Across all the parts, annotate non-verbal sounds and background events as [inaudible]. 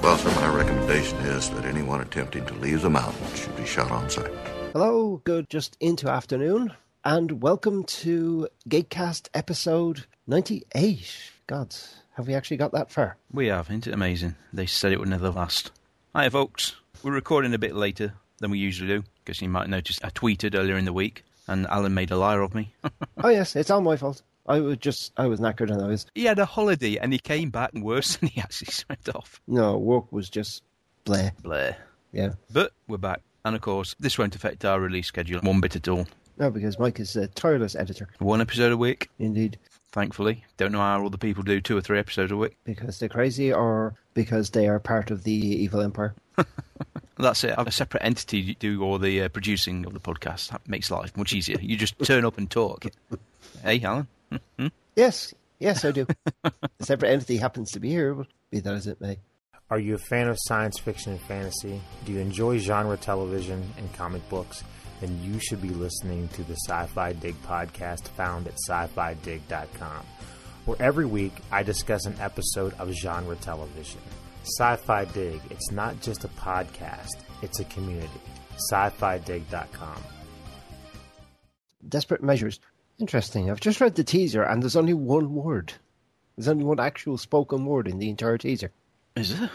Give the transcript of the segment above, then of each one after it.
Boston, my recommendation is that anyone attempting to leave the mountain should be shot on sight. Hello, good just into afternoon, and welcome to Gatecast episode 98. God, have we actually got that far? We have, isn't it amazing? They said it would never last. Hi, folks. We're recording a bit later than we usually do, because you might notice I tweeted earlier in the week, and Alan made a liar of me. [laughs] oh, yes, it's all my fault. I was just, I was knackered and I was, he had a holiday, and he came back worse [laughs] than he actually sent off. no, work was just bleh. Blair. Yeah. But we're back. And of course, this won't affect our release schedule one bit at all. No, because Mike is a tireless editor, One episode a week, indeed, thankfully. Don't know how all the people do two or three episodes a week. because they're crazy or because they are part of the evil empire. That's it. Have a separate entity to do all the uh, producing of the podcast. That makes life much easier. You just turn up and [laughs] talk. hey, Alan. Yes, yes, I do. the separate entity happens to be here, but be that as it may. Are you a fan of science fiction and fantasy? Do you enjoy genre television and comic books? Then you should be listening to the Sci Fi Dig podcast found at sci fi dig.com, where every week I discuss an episode of genre television. Sci Fi Dig, it's not just a podcast, it's a community. Sci fi dig.com. Desperate Measures. Interesting. I've just read the teaser, and there's only one word. There's only one actual spoken word in the entire teaser. Is it?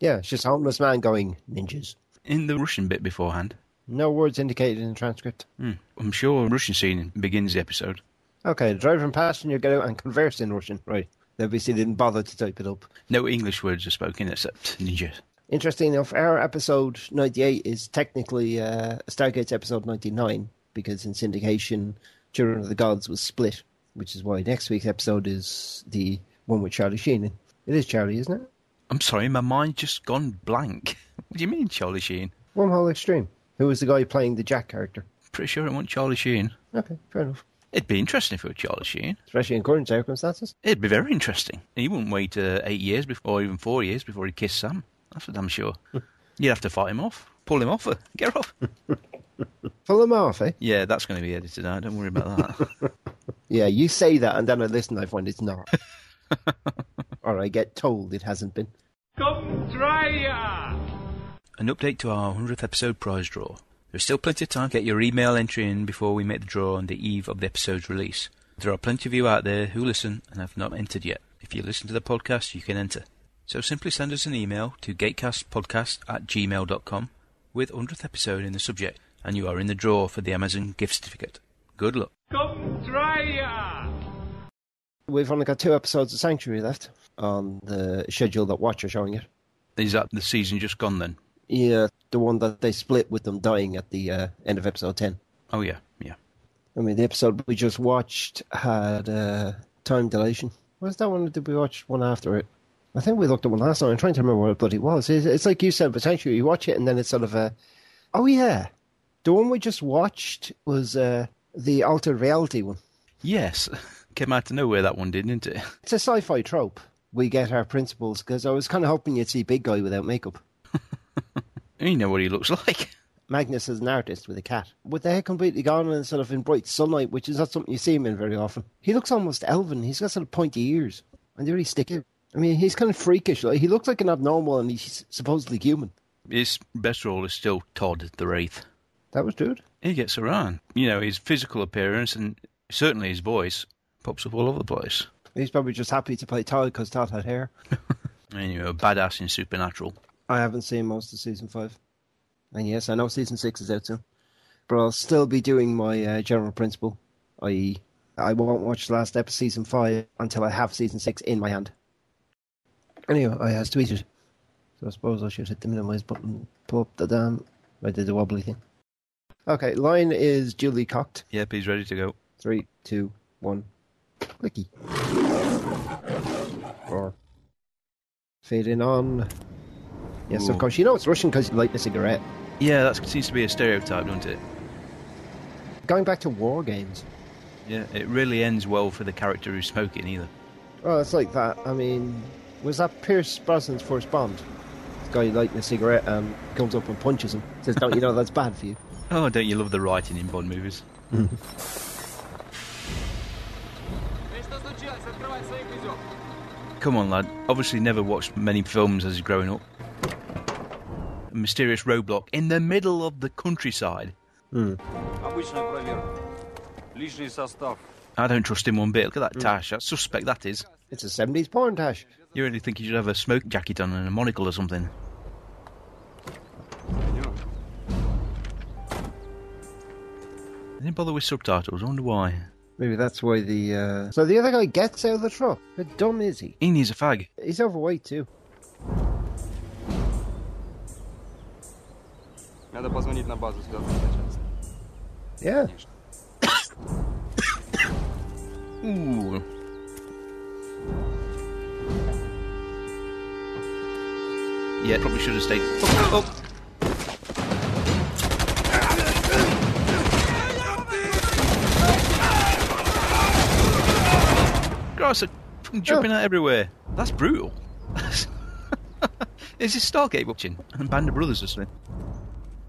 Yeah, it's just a homeless man going ninjas. In the Russian bit beforehand. No words indicated in the transcript. Hmm. I'm sure a Russian scene begins the episode. Okay, driver and passenger get out and converse in Russian. Right. They obviously didn't bother to type it up. No English words are spoken except ninja. Interesting enough, our episode 98 is technically uh, Stargate's episode 99, because in syndication, Children of the Gods was split, which is why next week's episode is the one with Charlie Sheen. in. It is Charlie, isn't it? I'm sorry, my mind just gone blank. What do you mean, Charlie Sheen? Wormhole Extreme. Who was the guy playing the Jack character? Pretty sure it wasn't Charlie Sheen. Okay, fair enough. It'd be interesting if it were Charlie Sheen. Especially in current circumstances. It'd be very interesting. He wouldn't wait uh, eight years before, or even four years before he kissed Sam. That's for damn [laughs] sure. You'd have to fight him off, pull him off, her, get her off. Pull them off, eh? yeah, that's going to be edited out. Don't worry about [laughs] that. Yeah, you say that, and then I listen, I find it's not. or I get told it hasn't been. An update to our 100th episode prize draw. There's still plenty of time to get your email entry in before we make the draw on the eve of the episode's release. There are plenty of you out there who listen and have not entered yet. If you listen to the podcast, you can enter. So simply send us an email to gatecastpodcast at gmail.com with 100th episode in the subject, and you are in the draw for the Amazon gift certificate. Good luck. We've only got two episodes of Sanctuary left on the schedule that Watch are showing it. Is that the season just gone then? Yeah, the one that they split with them dying at the uh, end of episode 10. Oh, yeah, yeah. I mean, the episode we just watched had uh, time dilation. Was that one? or Did we watch one after it? I think we looked at one last night. I'm trying to remember what it bloody was. It's, it's like you said, potentially you watch it and then it's sort of a, oh yeah, the one we just watched was uh, the altered reality one. Yes. [laughs] Came out of nowhere that one did, didn't it? [laughs] It's a sci-fi trope. We get our principles because I was kind of hoping you'd see big guy without makeup. You know what he looks like. Magnus is an artist with a cat, with the hair completely gone and sort of in bright sunlight, which is not something you see him in very often. He looks almost elven. He's got sort of pointy ears, and they really stick out. I mean, he's kind of freakish. Like he looks like an abnormal, and he's supposedly human. His best role is still Todd the Wraith. That was good. He gets around. You know, his physical appearance and certainly his voice pops up all over the place. He's probably just happy to play Todd because Todd had hair. Anyway, a badass in Supernatural. I haven't seen most of season five, and yes, I know season six is out soon, but I'll still be doing my uh, general principle, i.e., I won't watch the last episode season five until I have season six in my hand. Anyway, I has tweeted, so I suppose I should hit the minimize button, and pull up the damn. I did the wobbly thing. Okay, line is duly cocked. Yep, he's ready to go. Three, two, one, clicky. Or fade in on. Yes, Ooh. of course. You know it's Russian because you light a cigarette. Yeah, that seems to be a stereotype, doesn't it? Going back to war games. Yeah, it really ends well for the character who's smoking either. Well, it's like that. I mean, was that Pierce Brosnan's first Bond? This guy lighting a cigarette um, comes up and punches him. Says, "Don't you know that's bad for you?" Oh, don't you love the writing in Bond movies? Come on, lad. Obviously, never watched many films as growing up. A mysterious roadblock in the middle of the countryside. I don't trust him one bit. Look at that tash. That's suspect that is. It's a '70s porn tash. You really think he should have a smoke jacket on and a monocle or something? I didn't bother with subtitles. I wonder why. Maybe that's why the. Uh... So the other guy gets out of the truck. How dumb is he? He needs a fag. He's overweight too. Надо позвонить на базу сюда сейчас. Yeah. Ooh. Yeah, probably should have stayed. Oh, oh. oh. Grass are fucking jumping out everywhere. That's brutal. [laughs] Is this Stargate watching? And Band of Brothers or something?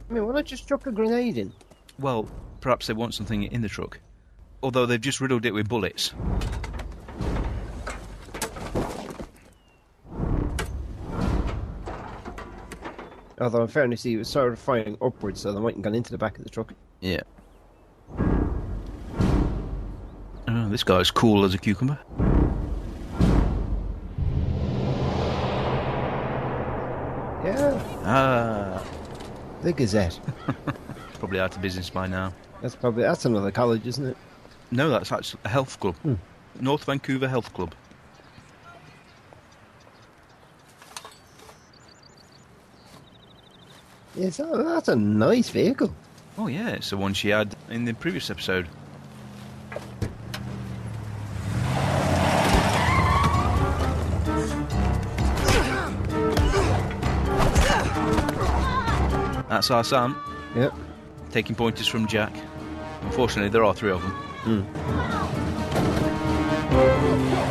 I mean, why not just chuck a grenade in? Well, perhaps they want something in the truck. Although they've just riddled it with bullets. Although, in fairness, he was sort of firing upwards, so they mightn't gone into the back of the truck. Yeah. Oh, this guy's cool as a cucumber. Yeah. Ah, The Gazette. probably out of business by now. That's probably that's another college, isn't it? No, that's actually a health club. North Vancouver Health Club. Yes, oh, that's a nice vehicle. Oh, yeah, it's the one she had in the previous episode. That's our Sam. Yep. taking pointers from Jack. Unfortunately, there are three of them. [laughs]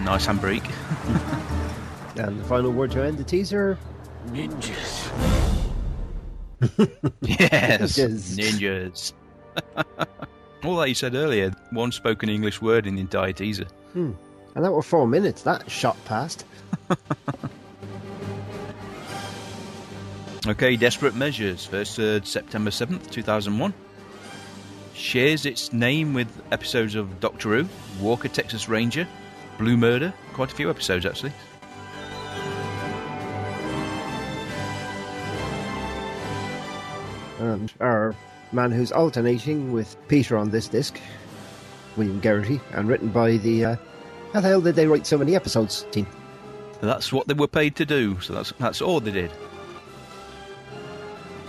nice handbrake. And the final word to end the teaser. Yes, Ninjas. [laughs] ninjas. [laughs] All that you said earlier, one spoken English word in the entire teaser. And that were four minutes. That shot past. Okay, Desperate Measures, first uh, September 7th, 2001. Shares its name with episodes of Doctor Who, Walker Texas Ranger, Blue Murder, quite a few episodes actually. And our man who's alternating with Peter on this disc, William Geraghty, and written by the. Uh, how the hell did they write so many episodes team? That's what they were paid to do, so that's that's all they did.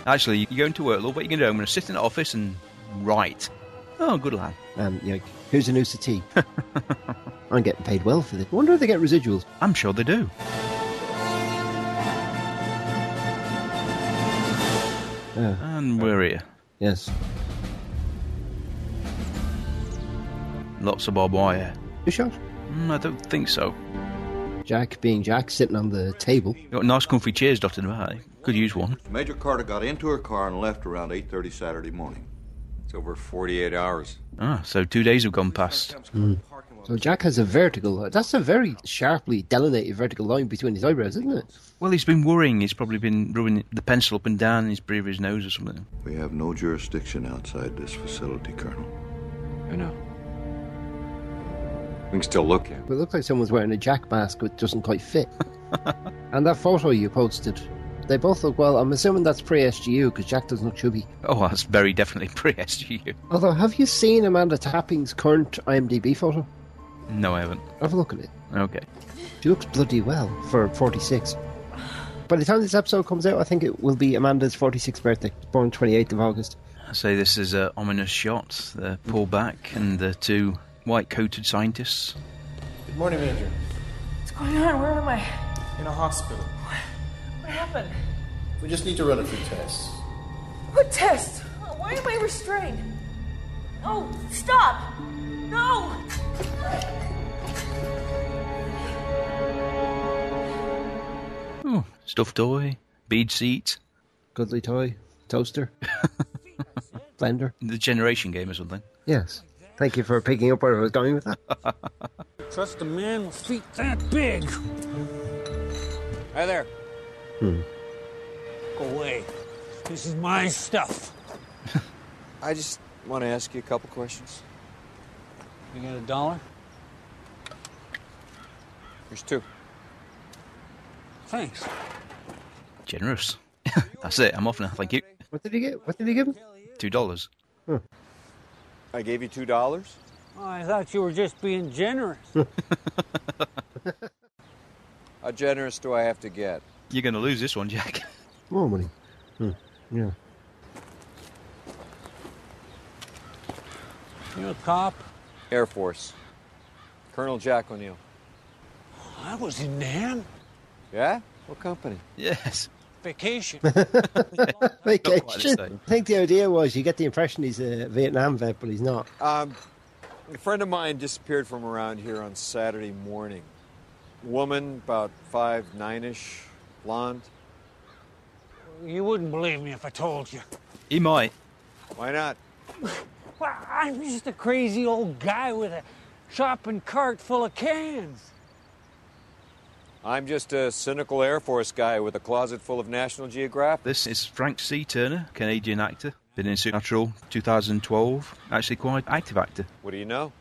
Actually, you're going to work, love. What are you going to do? I'm going to sit in the office and write. Oh, good lad. Um, you know, who's an Noosa T? I'm getting paid well for this. I wonder if they get residuals. I'm sure they do. Yeah. And we're here. Yes. Lots of barbed wire. Good shot. Mm, I don't think so. Jack being Jack, sitting on the table. Got nice comfy chairs dotted about. eh? Could use one. Major Carter got into her car and left around 8.30 Saturday morning. It's over 48 hours. Ah, so two days have gone past. So Jack has a vertical. That's a very sharply delineated vertical line between his eyebrows, isn't it? Well, he's been worrying. He's probably been rubbing the pencil up and down in his rear of his nose or something. We have no jurisdiction outside this facility, Colonel. I know. We can still look at But it looks like someone's wearing a Jack mask which doesn't quite fit. and that photo you posted, they both look well. I'm assuming that's pre SGU because Jack doesn't look chubby. Oh, that's very definitely [laughs] pre-SGU. Although, have you seen Amanda Tapping's current IMDb photo? No, I haven't. Have a look at it. Okay. She looks bloody well for 46. By the time this episode comes out, I think it will be Amanda's 46th birthday, born 28th of August. I say this is a ominous shot. The pullback and the two. white coated scientists. Good morning, Major. What's going on? Where am I? In a hospital. What happened? We just need to run a few tests. What test? Why am I restrained? No, stop! No! Oh, stuffed toy, bead seat, Goodly toy, toaster, blender. the generation game or something. Yes. Thank you for picking up where I was going with that. Trust a man with feet that big. Hi there. Hmm. Go away. This is my stuff. I just want to ask you a couple questions. You got a dollar? Here's two. Thanks. Generous. [laughs] That's it. I'm off now. Thank you. What did he get? What did he give him? Two dollars. I gave you two dollars? Oh, I thought you were just being generous. How generous do I have to get? You're going to lose this one, Jack. [laughs] More money. Hmm. Yeah. you a cop? Air Force. Colonel Jack O'Neill. I was in Nam. Yeah? What company? Yes. [laughs] Vacation. Vacation. the same. I think the idea was you get the impression he's a Vietnam vet, but he's not. Oh. Um, a friend of mine disappeared from around here on Saturday morning. Woman, about five nine ish, blonde. you wouldn't believe me if I told you. He might. Why not? Well, I'm just a crazy old guy with a shopping cart full of cans. I'm just a cynical Air Force guy with a closet full of National Geographic. This is Frank C. Turner, Canadian actor. Been in Supernatural 2012. Actually, quite active actor. What do you know?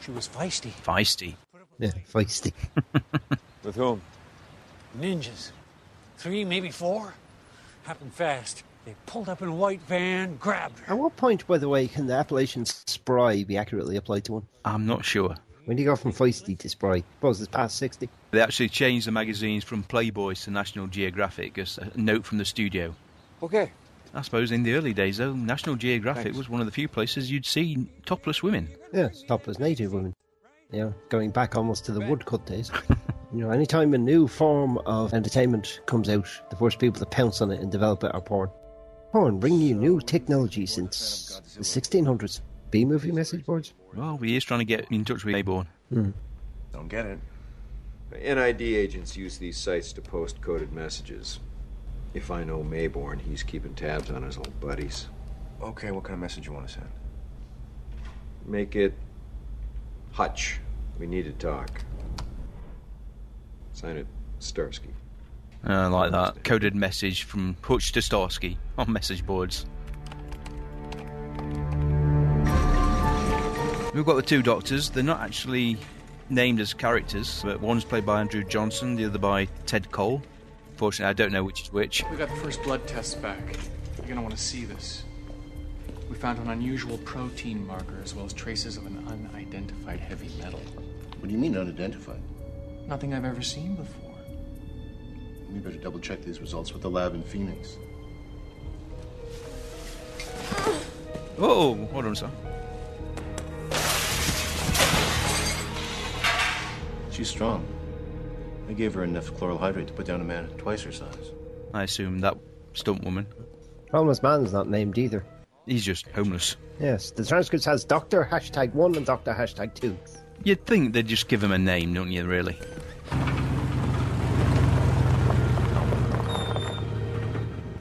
She was feisty. Feisty. Yeah, [laughs] feisty. With whom? Ninjas. Three, maybe four. Happened fast. They pulled up in a white van, grabbed her. At what point, by the way, can the appellation spry be accurately applied to one? I'm not sure. When do you go from feisty to spry? I suppose it's past 60. They actually changed the magazines from Playboy to National Geographic as a note from the studio. Okay. I suppose in the early days, though, National Geographic Thanks. was one of the few places you'd see topless women. Yeah, it's topless native women. Yeah, going back almost to the woodcut days. you know, anytime a new form of entertainment comes out, the first people to pounce on it and develop it are porn. Porn bringing you new technology since the 1600s. B movie message boards? Well, we is trying to get in touch with Mayborn. Don't get it. NID agents use these sites to post coded messages. If I know Mayborn, he's keeping tabs on his old buddies. Okay, what kind of message you want to send? Make it Hutch. We need to talk. Sign it Starsky. Uh, like that. Coded message from Hutch to Starsky on message boards. We've got the two doctors. They're not actually named as characters, but one's played by Andrew Johnson, the other by Ted Cole. Fortunately, I don't know which is which. We got the first blood tests back. You're gonna want to see this. We found an unusual protein marker as well as traces of an unidentified heavy metal. What do you mean unidentified? Nothing I've ever seen before. We better double check these results with the lab in Phoenix. Oh, hold on, sir. She's strong. I gave her enough chloral hydrate to put down a man twice her size. I assume that stunt woman. Homeless man's not named either. He's just homeless. Yes, the transcript has Doctor hashtag 1 and Doctor hashtag 2. You'd think they'd just give him a name, don't you, really?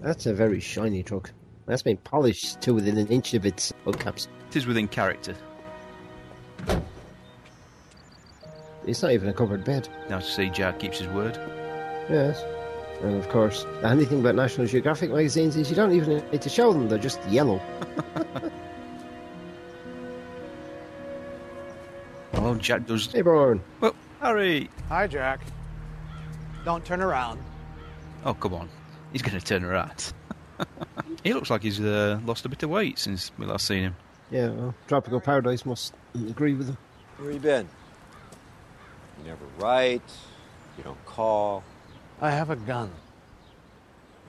That's a very shiny truck. That's been polished to within an inch of its hubcaps. It is within character. It's not even a covered bed. Now to see Jack keeps his word. Yes. And of course, anything about National Geographic magazines is you don't even need to show them, they're just yellow. Well, Oh, Jack does. Hey, Brian. Well, Harry! Hi, Jack. Don't turn around. Oh, come on. He's going to turn her out. [laughs] he looks like he's uh, lost a bit of weight since we last seen him. [laughs] Yeah, well, Tropical Paradise must agree with them. Where you been? You never write. You don't call. I have a gun.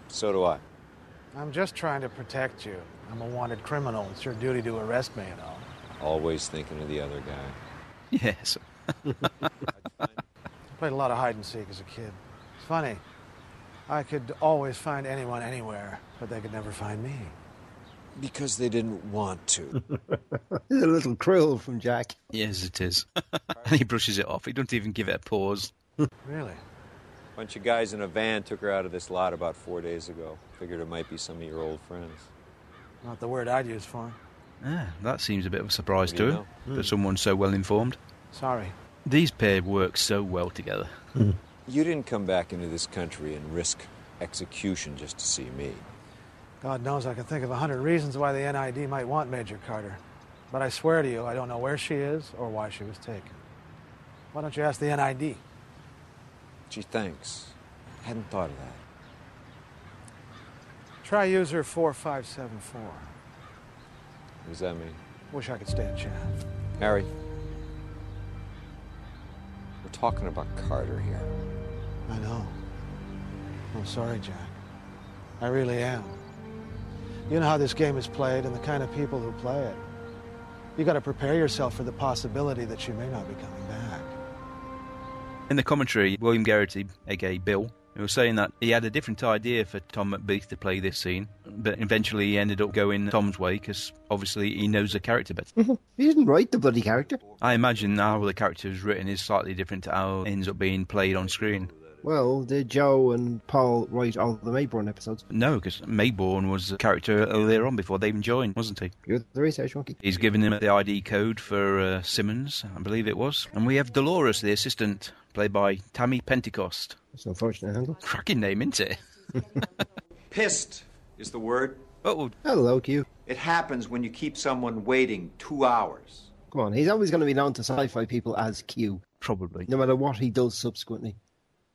So do I. I'm just trying to protect you. I'm a wanted criminal. It's your duty to arrest me and all. Always thinking of the other guy. Yes. Played a lot of hide and seek as a kid. It's funny. I could always find anyone anywhere, but they could never find me. Because they didn't want to. a little cruel from Jack. Yes, it is. [laughs] and he brushes it off. He don't even give it a pause. Really? [laughs] Bunch of guys in a van took her out of this lot about four days ago. Figured it might be some of your old friends. Not the word I'd use for him. Ah, that seems a bit of a surprise You to him, know. that someone's so well informed. Sorry. These pair work so well together. You didn't come back into this country and risk execution just to see me. God knows I can think of a hundred reasons why the NID might want Major Carter. But I swear to you, I don't know where she is or why she was taken. Why don't you ask the NID? Gee, thanks. Hadn't thought of that. Try user 4574. What does that mean? Wish I could stay a chat. Harry. We're talking about Carter here. I know. I'm sorry, Jack. I really am. You know how this game is played and the kind of people who play it. You got to prepare yourself for the possibility that she may not be coming back. In the commentary, William Garrity, aka Bill, he was saying that he had a different idea for Tom McBeath to play this scene, but eventually he ended up going Tom's way because obviously he knows the character better. He didn't write the bloody character. I imagine how the character is written is slightly different to how it ends up being played on screen. Well, did Joe and Paul write all the Mayborn episodes? No, because Mayborn was a character earlier on before they even joined, wasn't he? You're the research monkey. He's given him the ID code for uh, Simmons, I believe it was. And we have Dolores, the assistant, played by Tammy Pentecost. It's an unfortunate handle. Cracking name, isn't it? Pissed is the word. Oh, hello, Q. It happens when you keep someone waiting two hours. Come on, he's always going to be known to sci-fi people as Q. Probably. No matter what he does subsequently.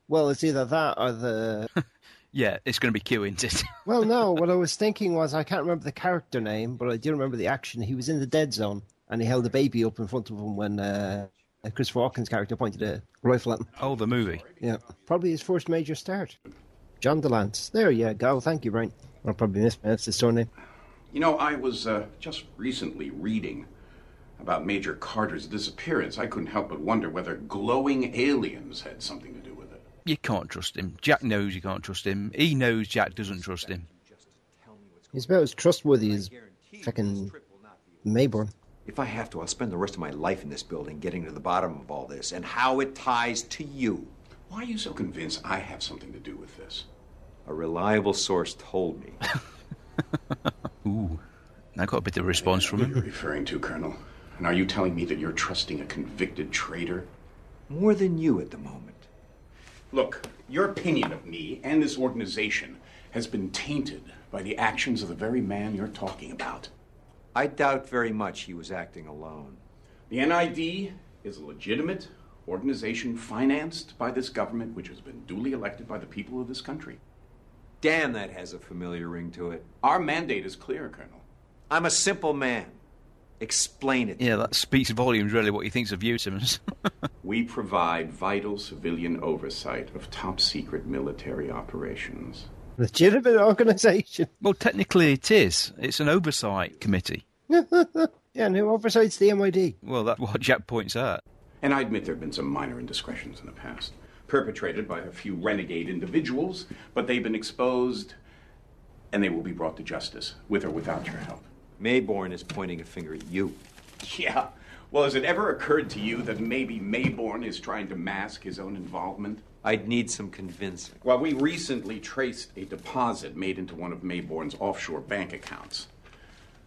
Well, it's either that or the. [laughs] Yeah, it's going to be Q, isn't it? [laughs] well, no, what I was thinking was I can't remember the character name, but I do remember the action. He was in the dead zone and he held a baby up in front of him when uh, Christopher Walken's character pointed a rifle at him. Oh, the movie. Yeah, probably his first major start. John Delance. There you go. Thank you, Brian. I'll probably mispronounce his surname. You know, I was uh, just recently reading about Major Carter's disappearance. I couldn't help but wonder whether glowing aliens had something to do with it. You can't trust him. Jack knows you can't trust him. He knows Jack doesn't trust him. He's about as trustworthy as fucking Mayborn. If I have to, I'll spend the rest of my life in this building getting to the bottom of all this and how it ties to you. Why are you so convinced I have something to do with this? A reliable source told [laughs] me. Ooh, I got a bit of response from him. You're referring to Colonel, and are you telling me that you're trusting a convicted traitor? More than you at the moment. Look, your opinion of me and this organization has been tainted by the actions of the very man you're talking about. I doubt very much he was acting alone. The NID is a legitimate organization financed by this government, which has been duly elected by the people of this country. Damn, that has a familiar ring to it. Our mandate is clear, Colonel. I'm a simple man. Explain it. Yeah, that speaks volumes, really, what he thinks of you, Simmons. [laughs] We provide vital civilian oversight of top secret military operations. Legitimate organization. well, technically it is. It's an oversight committee. yeah, and who oversights the MID? Well, that's what Jack points out. And I admit there have been some minor indiscretions in the past, perpetrated by a few renegade individuals, but they've been exposed and they will be brought to justice, with or without your help. Mayborn is pointing a finger at you. Yeah. Well, has it ever occurred to you that maybe Mayborn is trying to mask his own involvement? I'd need some convincing. Well, we recently traced a deposit made into one of Mayborn's offshore bank accounts.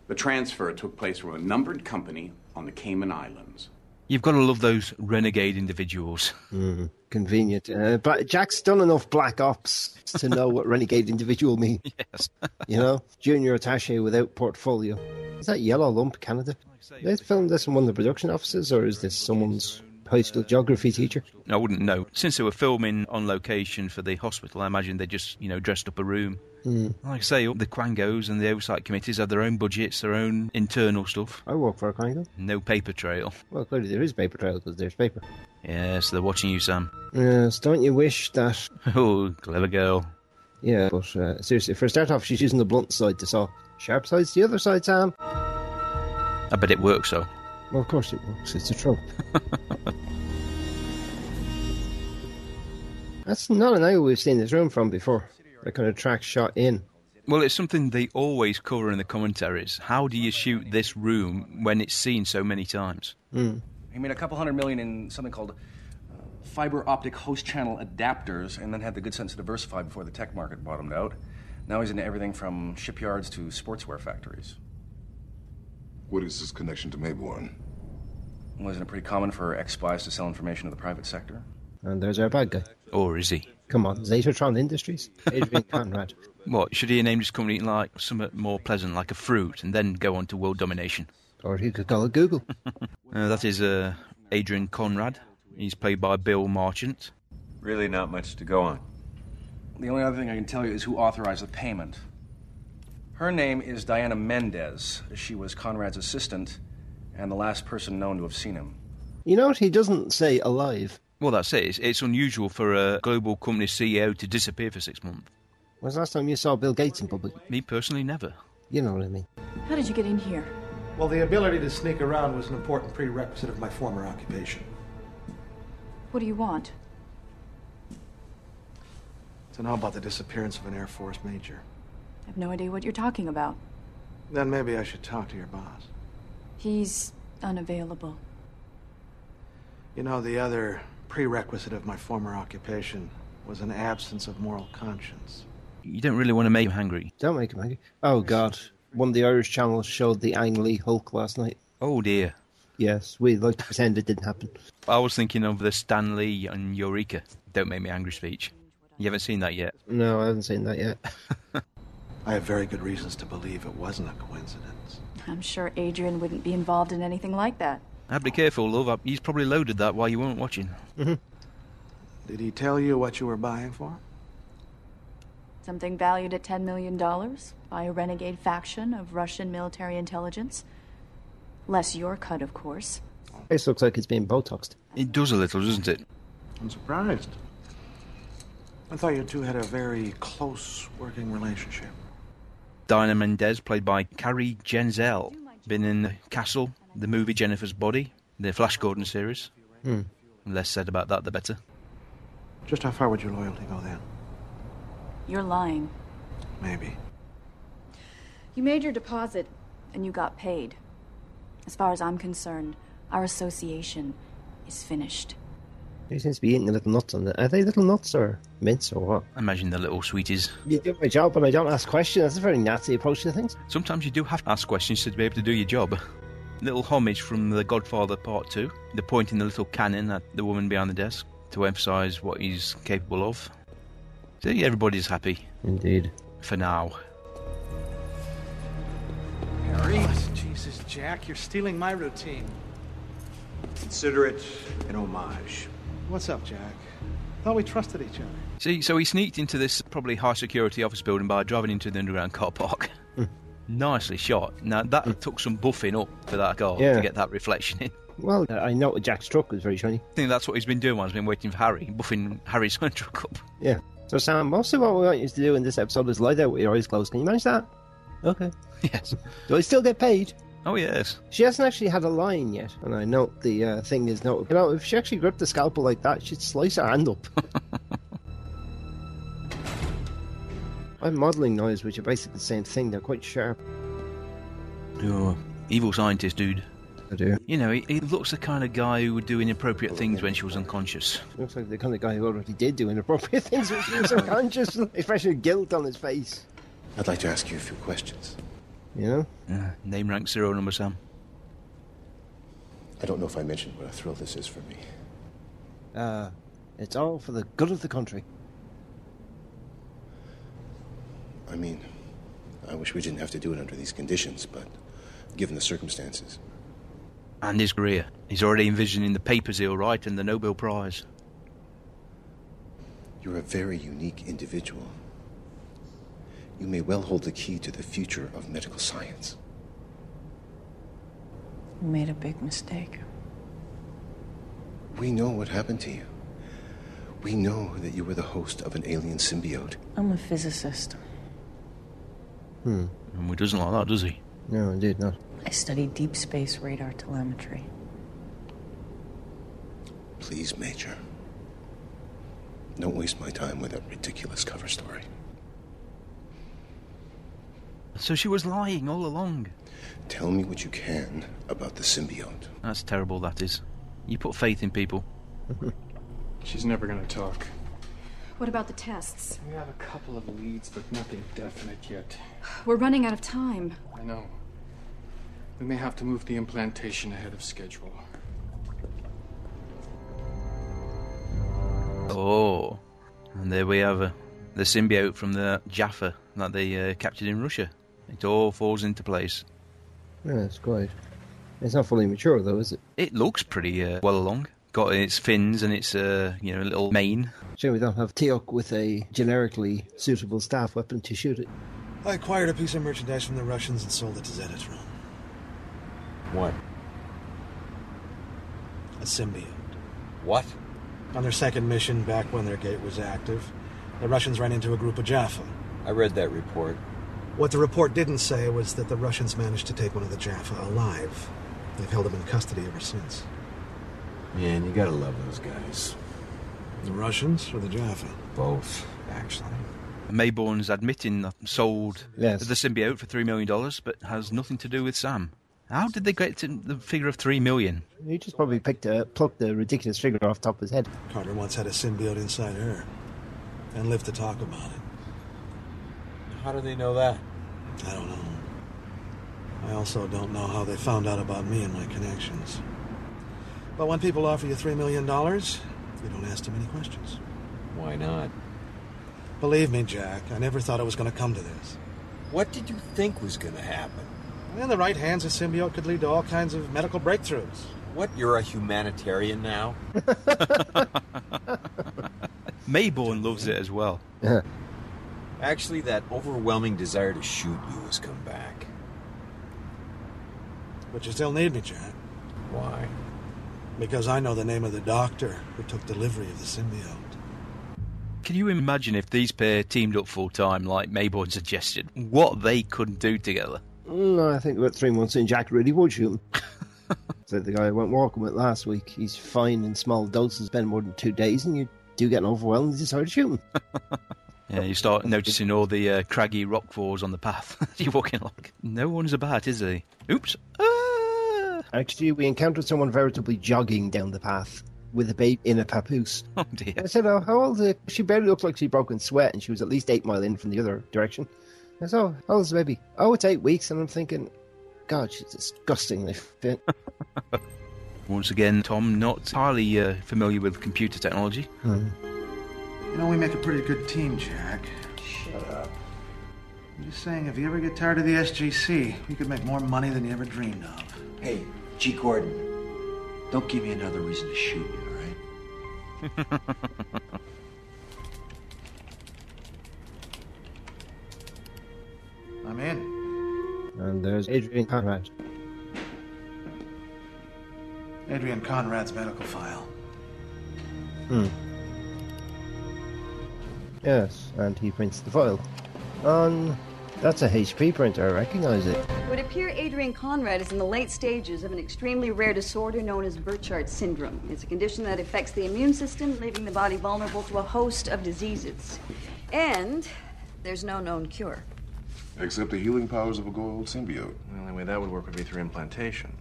The transfer took place from a numbered company on the Cayman Islands. You've got to love those renegade individuals. Mm, convenient. Uh, but Jack's done enough black ops to know what renegade individual means. Yes. you know, junior attaché without portfolio. Is that yellow lump Canada? They filmed this in one of the production offices, or is this someone's high school geography teacher? I wouldn't know. Since they were filming on location for the hospital, I imagine they just, you know, dressed up a room. Mm. Like I say, the Quangos and the oversight committees have their own budgets, their own internal stuff. I work for a Quango. No paper trail. Well, clearly there is paper trail because there's paper. Yes, they're watching you, Sam. Yes, don't you wish that? Oh, clever girl. Yeah, but uh, seriously, for a start off, she's using the blunt side to saw. Sharp side's the other side, Sam. I bet it works, though. Well, of course it works. It's a trope. That's not an angle we've seen this room from before. That kind of track shot in. Well, it's something they always cover in the commentaries. How do you shoot this room when it's seen so many times? Mm. He made a couple hundred million in something called uh, fiber optic host channel adapters and then had the good sense to diversify before the tech market bottomed out. Now he's into everything from shipyards to sportswear factories. What is his connection to Mayborn? Wasn't it pretty common for ex spies to sell information to the private sector? And there's our bad guy. Or is he? Come on, Zetotron Industries. Adrian Conrad. What, should he name his company like something more pleasant, like a fruit, and then go on to world domination? Or he could call it Google. Uh, that is uh, Adrian Conrad. He's played by Bill Marchant. Really not much to go on. The only other thing I can tell you is who authorized the payment. Her name is Diana Mendez. She was Conrad's assistant and the last person known to have seen him. You know what? He doesn't say alive. Well, that's it. It's, it's unusual for a global company CEO to disappear for six months. When's the last time you saw Bill Gates in public? Me personally, never. You know what I mean. How did you get in here? Well, the ability to sneak around was an important prerequisite of my former occupation. What do you want? To know about the disappearance of an Air Force major. I have no idea what you're talking about. Then maybe I should talk to your boss. He's unavailable. You know, the other prerequisite of my former occupation was an absence of moral conscience. You don't really want to make him hungry. Don't make him angry. Oh, God. One of the Irish channels showed the Ang Lee Hulk last night. Oh, dear. Yes, we like to pretend it didn't happen. I was thinking of the Stan Lee and Eureka Don't Make Me Angry speech. You haven't seen that yet? No, I haven't seen that yet. I have very good reasons to believe it wasn't a coincidence. I'm sure Adrian wouldn't be involved in anything like that. I'd be careful, love. Uh, He's probably loaded that while you weren't watching. Mm-hmm. Did he tell you what you were buying for? Something valued at $10 million by a renegade faction of Russian military intelligence. Less your cut, of course. This looks like it's being Botoxed. It does a little, doesn't it? I'm surprised. I thought you two had a very close working relationship. Dinah Mendez, played by Carrie Genzel, been in Castle, the movie Jennifer's Body, the Flash Gordon series. Hmm. The less said about that, the better. Just how far would your loyalty go then? You're lying. Maybe. You made your deposit, and you got paid. As far as I'm concerned, our association is finished. He seems to be eating the little nuts on it. Are they little nuts or mints or what? I imagine the little sweeties. You do my job and I don't ask questions. That's a very natty approach to things. Sometimes you do have to ask questions to be able to do your job. Little homage from The Godfather Part 2, the point in the little cannon at the woman behind the desk to emphasise what he's capable of. So yeah, everybody's happy. Indeed. For now. Harry? Jesus, Jack, you're stealing my routine. Consider it an homage. What's up, Jack? Thought we trusted each other. See, so he sneaked into this probably high security office building by driving into the underground car park. Mm. Nicely shot. Now that took some buffing up for that guy Yeah. to get that reflection in. Well, uh, I know Jack's truck was very shiny. I think that's what he's been doing while he's been waiting for Harry, buffing Harry's [laughs] own truck up. Yeah. So, Sam, mostly what we want you to do in this episode is lie there with your eyes closed. Can you manage that? Okay. Yes. Do I still get paid? Oh yes. She hasn't actually had a line yet, and I note the uh, thing is noted. You know, if she actually gripped the scalpel like that, she'd slice her hand [laughs] up. I'm modelling knives, which are basically the same thing. They're quite sharp. You're evil scientist dude. I do. You know, he, he looks the kind of guy who would do inappropriate things when she was unconscious. Looks like the kind of guy who already did do inappropriate [laughs] things when he was unconscious, [laughs] especially guilt on his face. I'd like to ask you a few questions. You know? Yeah, name rank zero number Sam. I don't know if I mentioned what a thrill this is for me. Uh, it's all for the good of the country. I mean, I wish we didn't have to do it under these conditions, but given the circumstances, And his career. He's already envisioning the papers he'll write and the Nobel Prize. you're a very unique individual. You may well hold the key to the future of medical science. You made a big mistake. We know what happened to you. We know that you were the host of an alien symbiote. I'm a physicist. Hmm. And he doesn't like that, does he? No, indeed not. I study deep space radar telemetry. Please, Major. Don't waste my time with that ridiculous cover story. So she was lying all along. Tell me what you can about the symbiote. That's terrible, that is. You put faith in people. She's never gonna talk. What about the tests? We have a couple of leads, but nothing definite yet. We're running out of time. I know. We may have to move the implantation ahead of schedule. Oh, and there we have uh, the symbiote from the Jaffa that they uh, captured in Russia. It all falls into place. Yeah, it's quite. It's not fully mature though, is it? It looks pretty uh, well along. Got its fins and its uh, you know little mane. Sure, we don't have Teok with a generically suitable staff weapon to shoot it. I acquired a piece of merchandise from the Russians and sold it to Zenitron. What? A symbiote. What? On their second mission back when their gate was active, the Russians ran into a group of Jaffa. I read that report. What the report didn't say was that the Russians managed to take one of the Jaffa alive. They've held him in custody ever since. Man, you gotta love those guys. The Russians or the Jaffa? Both, actually. Mayborn's admitting that sold Yes. the symbiote for three million dollars, but has nothing to do with Sam. How did they get to the figure of three million? He just probably picked a, plucked the ridiculous figure off top of his head. Carter once had a symbiote inside her and lived to talk about it. How do they know that? I don't know. I also don't know how they found out about me and my connections. But when people offer you $3 million, you don't ask too many questions. Why not? Believe me, Jack, I never thought it was going to come to this. What did you think was gonna happen? In the right hands, a symbiote could lead to all kinds of medical breakthroughs. What? You're a humanitarian now? Mayborn loves it as well. Actually, that overwhelming desire to shoot you has come back. But you still need me, Jack, Why? because I know the name of the doctor who took delivery of the symbiote. Can you imagine if these pair teamed up full time, like Mayborn suggested, what they could do together? No, Mm, I think about three months in, Jack really would shoot him. [laughs] so the guy I went walking with last week, he's fine in small doses, been more than two days, and you do get overwhelmed and you decide to shoot him. Yeah, you start noticing all the uh, craggy rock falls on the path [laughs] as you're walking along. No one's about, is he? Oops. Ah! Actually, we encountered someone veritably jogging down the path with a babe in a papoose. Oh dear. I said, oh, how old is it? She barely looked like she broke in sweat, and she was at least eight mile in from the other direction. I said, oh, how old is the baby? Oh, it's eight weeks, and I'm thinking, God, she's disgustingly [laughs] fit. Once again, Tom, not entirely uh, familiar with computer technology. You know, we make a pretty good team, Jack. Shut up. I'm just saying, if you ever get tired of the SGC, you could make more money than you ever dreamed of. Hey, G. Gordon, don't give me another reason to shoot you, all right? [laughs] I'm in. and there's Adrian Conrad. Adrian Conrad's medical file. Hmm. Yes, and he prints the file. On. That's a HP printer, I recognize it. It would appear Adrian Conrad is in the late stages of an extremely rare disorder known as Burchard syndrome. It's a condition that affects the immune system, leaving the body vulnerable to a host of diseases. And there's no known cure. Except the healing powers of a good old symbiote. The only way that would work would be through implantation.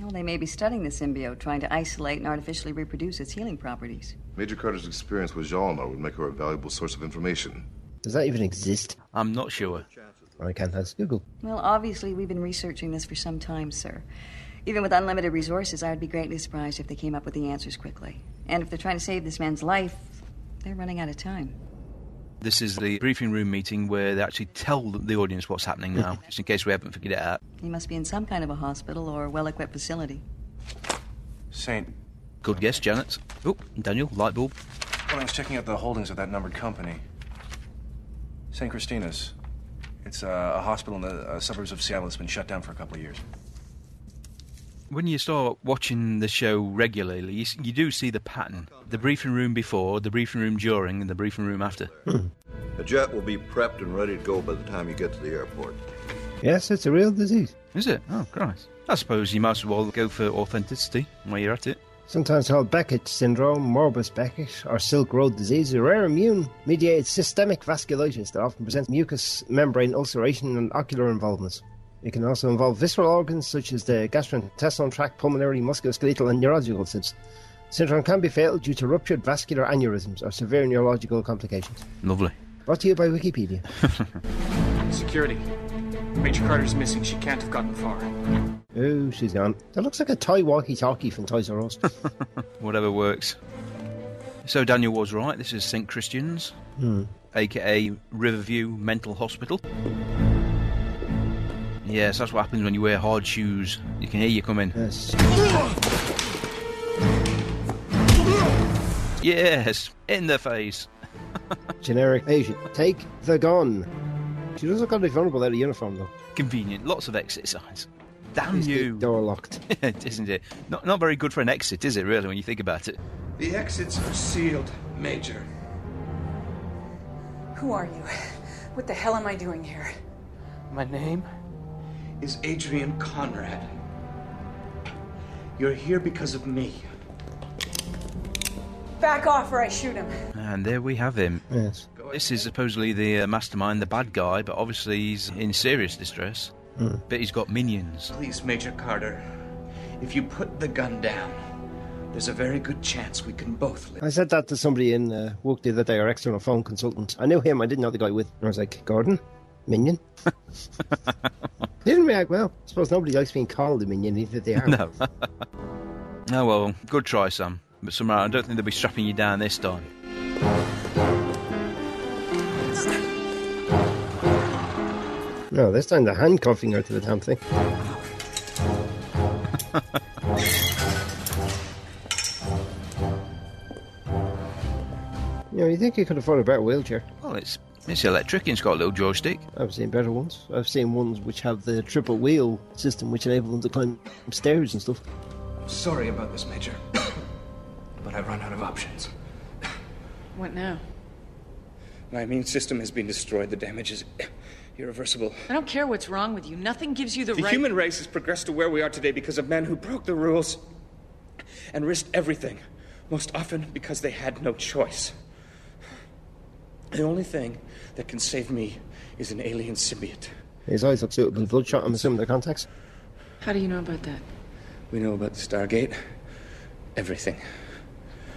Well, they may be studying the symbiote, trying to isolate and artificially reproduce its healing properties. Major Carter's experience with Jalma would make her a valuable source of information. Does that even exist? I'm not sure. I can't ask Google. Well, obviously, we've been researching this for some time, sir. Even with unlimited resources, I would be greatly surprised if they came up with the answers quickly. And if they're trying to save this man's life, they're running out of time. This is the briefing room meeting where they actually tell the audience what's happening now, just in case we haven't figured it out. He must be in some kind of a hospital or well equipped facility. Saint, Good guess, Janet. Oh, Daniel, light bulb. when I was checking out the holdings of that numbered company, St. Christina's, it's uh, a hospital in the uh, suburbs of Seattle that's been shut down for a couple of years. When you start watching the show regularly, you, s- you do see the pattern. The briefing room before, the briefing room during, and the briefing room after. The jet will be prepped and ready to go by the time you get to the airport. Yes, it's a real disease. Is it? Oh, Christ. I suppose you might as well go for authenticity while you're at it. Sometimes called Beckett syndrome, Morbus Beckett, or Silk Road disease, a rare immune mediated systemic vasculitis that often presents mucous membrane ulceration and ocular involvements. It can also involve visceral organs such as the gastrointestinal tract, pulmonary, musculoskeletal, and neurological systems. Syndrome can be fatal due to ruptured vascular aneurysms or severe neurological complications. Lovely. Brought to you by Wikipedia. Security. Major Carter's missing. She can't have gotten far. oh, she's gone. That looks like a toy walkie-talkie from Toys R [laughs] Us. Whatever works. So Daniel was right. This is St. Christian's, Hmm. aka Riverview Mental Hospital. Yes, that's what happens when you wear hard shoes. You can hear you coming. Yes. Yes, in the face. Generic Asian. Take the gun. She doesn't look really vulnerable out of uniform though. Convenient. Lots of exit signs. Damn Is the [laughs] you. Door locked. Isn't it? Not, not very good for an exit, is it, really, when you think about it? The exits are sealed, Major. Who are you? What the hell am I doing here? My name is Adrian Conrad. You're here because of me. Back off or I shoot him. And there we have him. Yes. This is supposedly the uh, mastermind, the bad guy, but obviously he's in serious distress. Mm. But he's got minions. Please, Major Carter, if you put the gun down, there's a very good chance we can both live. I said that to somebody in uh, work the other day, our external phone consultant. I knew him, I didn't know the guy with. And I was like, Gordon? [laughs] Minion? He didn't react well. I suppose nobody likes being called a minion, either they are. [laughs] No. Oh well, good try, Sam. But somehow I don't think they'll be strapping you down this time. No, this time they're handcuffing her to the damn [laughs] thing. you know, you think you could afford a better wheelchair. Well, it's it's electric and it's got a little joystick. I've seen better ones. I've seen ones which have the triple wheel system, which enable them to climb stairs and stuff. I'm sorry about this, Major, but I've run out of options. What now? My immune system has been destroyed. The damage is [coughs] irreversible. I don't care what's wrong with you. Nothing gives you the, The right. human race has progressed to where we are today because of men who broke the rules and risked everything, most often because they had no choice. The only thing that can save me is an alien symbiote. His eyes look suitably bloodshot. I'm assuming they're contacts. How do you know about that? We know about the Stargate, everything.